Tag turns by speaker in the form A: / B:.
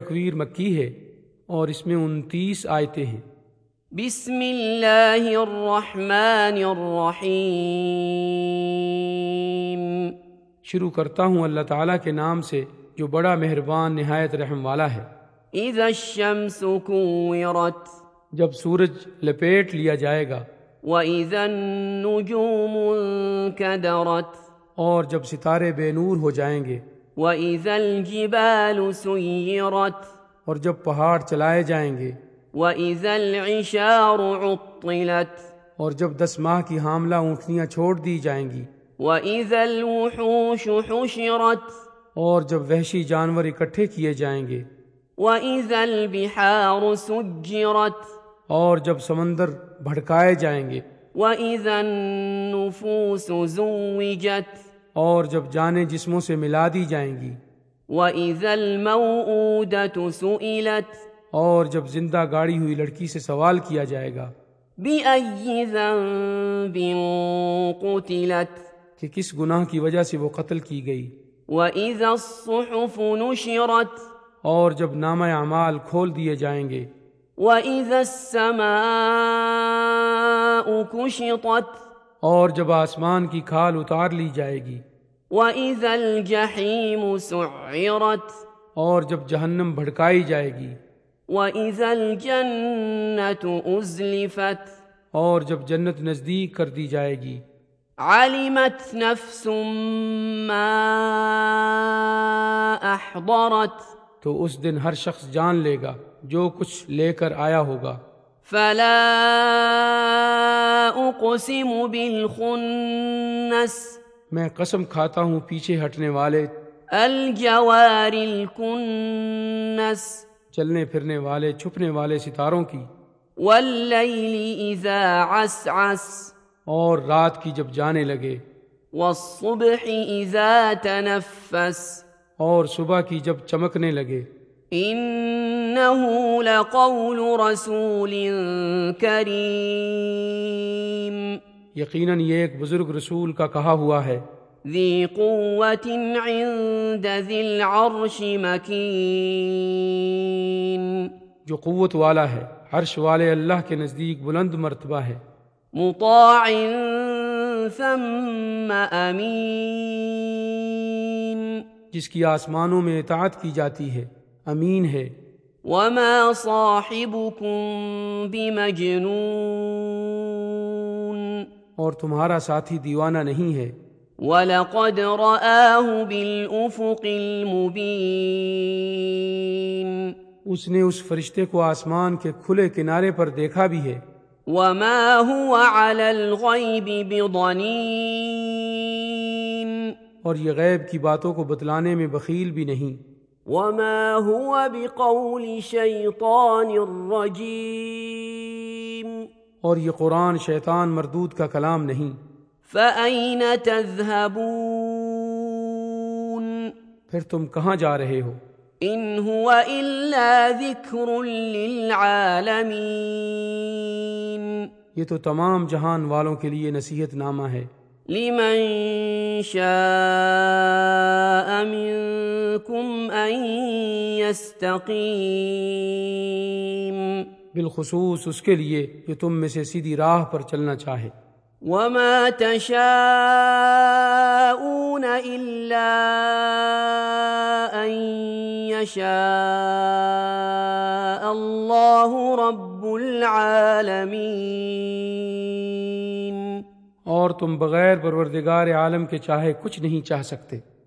A: تکویر مکی ہے اور اس میں انتیس آیتیں ہیں
B: بسم اللہ الرحمن الرحیم
A: شروع کرتا ہوں اللہ تعالیٰ کے نام سے جو بڑا مہربان نہایت رحم والا ہے
B: اذا الشمس كورت
A: جب سورج لپیٹ لیا جائے گا
B: واذا النجوم انكدرت
A: اور جب ستارے بے نور ہو جائیں گے
B: واذا الجبال سيرت
A: اور جب پہاڑ چلائے جائیں گے
B: واذا العشار عطلت
A: اور جب دس ماہ کی حاملہ اونٹنیاں چھوڑ دی جائیں گی
B: واذا الوحوش حشرت
A: اور جب وحشی جانور اکٹھے کیے جائیں گے
B: واذا البحار سجرت
A: اور جب سمندر بھڑکائے جائیں گے
B: واذا النفوس زوجت
A: اور جب جانیں جسموں سے ملا دی جائیں گی
B: وَإِذَا الْمَوْءُودَةُ سُئِلَتْ
A: اور جب زندہ گاڑی ہوئی لڑکی سے سوال کیا جائے گا
B: بِأَيِّ ذَنبٍ قُتِلَتْ
A: کہ کس گناہ کی وجہ سے وہ قتل کی گئی
B: وَإِذَا الصُّحُفُ نُشِرَتْ
A: اور جب نامہ اعمال کھول دیے جائیں گے
B: وَإِذَا السَّمَاءُ كُشِطَتْ
A: اور جب آسمان کی کھال اتار لی جائے گی
B: وَإِذَا الْجَحِيمُ سُعِّرَتْ
A: اور جب جہنم بھڑکائی جائے گی
B: وَإِذَا الْجَنَّةُ أُزْلِفَتْ
A: اور جب جنت نزدیک کر دی جائے گی
B: عَلِمَتْ نَفْسٌ مَّا أَحْضَرَتْ
A: تو اس دن ہر شخص جان لے گا جو کچھ لے کر آیا ہوگا
B: فلا أقسم بالخنس
A: میں قسم کھاتا ہوں پیچھے ہٹنے والے
B: الجوار الكنس
A: چلنے پھرنے والے چھپنے والے ستاروں کی
B: والليل إذا عسعس
A: اور رات کی جب جانے لگے
B: والصبح إذا تنفس
A: اور صبح کی جب چمکنے لگے
B: إنه لقول رسول كريم
A: یقیناً یہ ایک بزرگ رسول کا کہا ہوا ہے
B: ذي قوة عند ذي العرش مكين
A: جو قوت والا ہے عرش والے اللہ کے نزدیک بلند مرتبہ ہے
B: مطاع ثم أمين
A: جس کی آسمانوں میں اطاعت کی جاتی ہے امین ہے
B: وما صاحبكم بمجنون
A: اور تمہارا ساتھی دیوانہ نہیں ہے
B: ولقد رآه بالأفق المبين
A: اس نے اس فرشتے کو آسمان کے کھلے کنارے پر دیکھا بھی ہے
B: وما هو على الغيب بضنين
A: اور یہ غیب کی باتوں کو بتلانے میں بخیل بھی نہیں
B: وما هو بقول شيطان رجيم
A: اور یہ قرآن شیطان مردود کا کلام نہیں
B: فأين تذهبون
A: پھر تم کہاں جا رہے ہو
B: إن هو إلا ذكر للعالمين
A: یہ تو تمام جہان والوں کے لیے نصیحت نامہ ہے
B: لمن شاء منكم أن يستقيم
A: بالخصوص اس کے لیے جو تم میں سے سیدھی راہ پر چلنا چاہے
B: وما تشاءون إلا أن يشاء الله رب العالمين
A: اور تم بغیر پروردگار عالم کے چاہے کچھ نہیں چاہ سکتے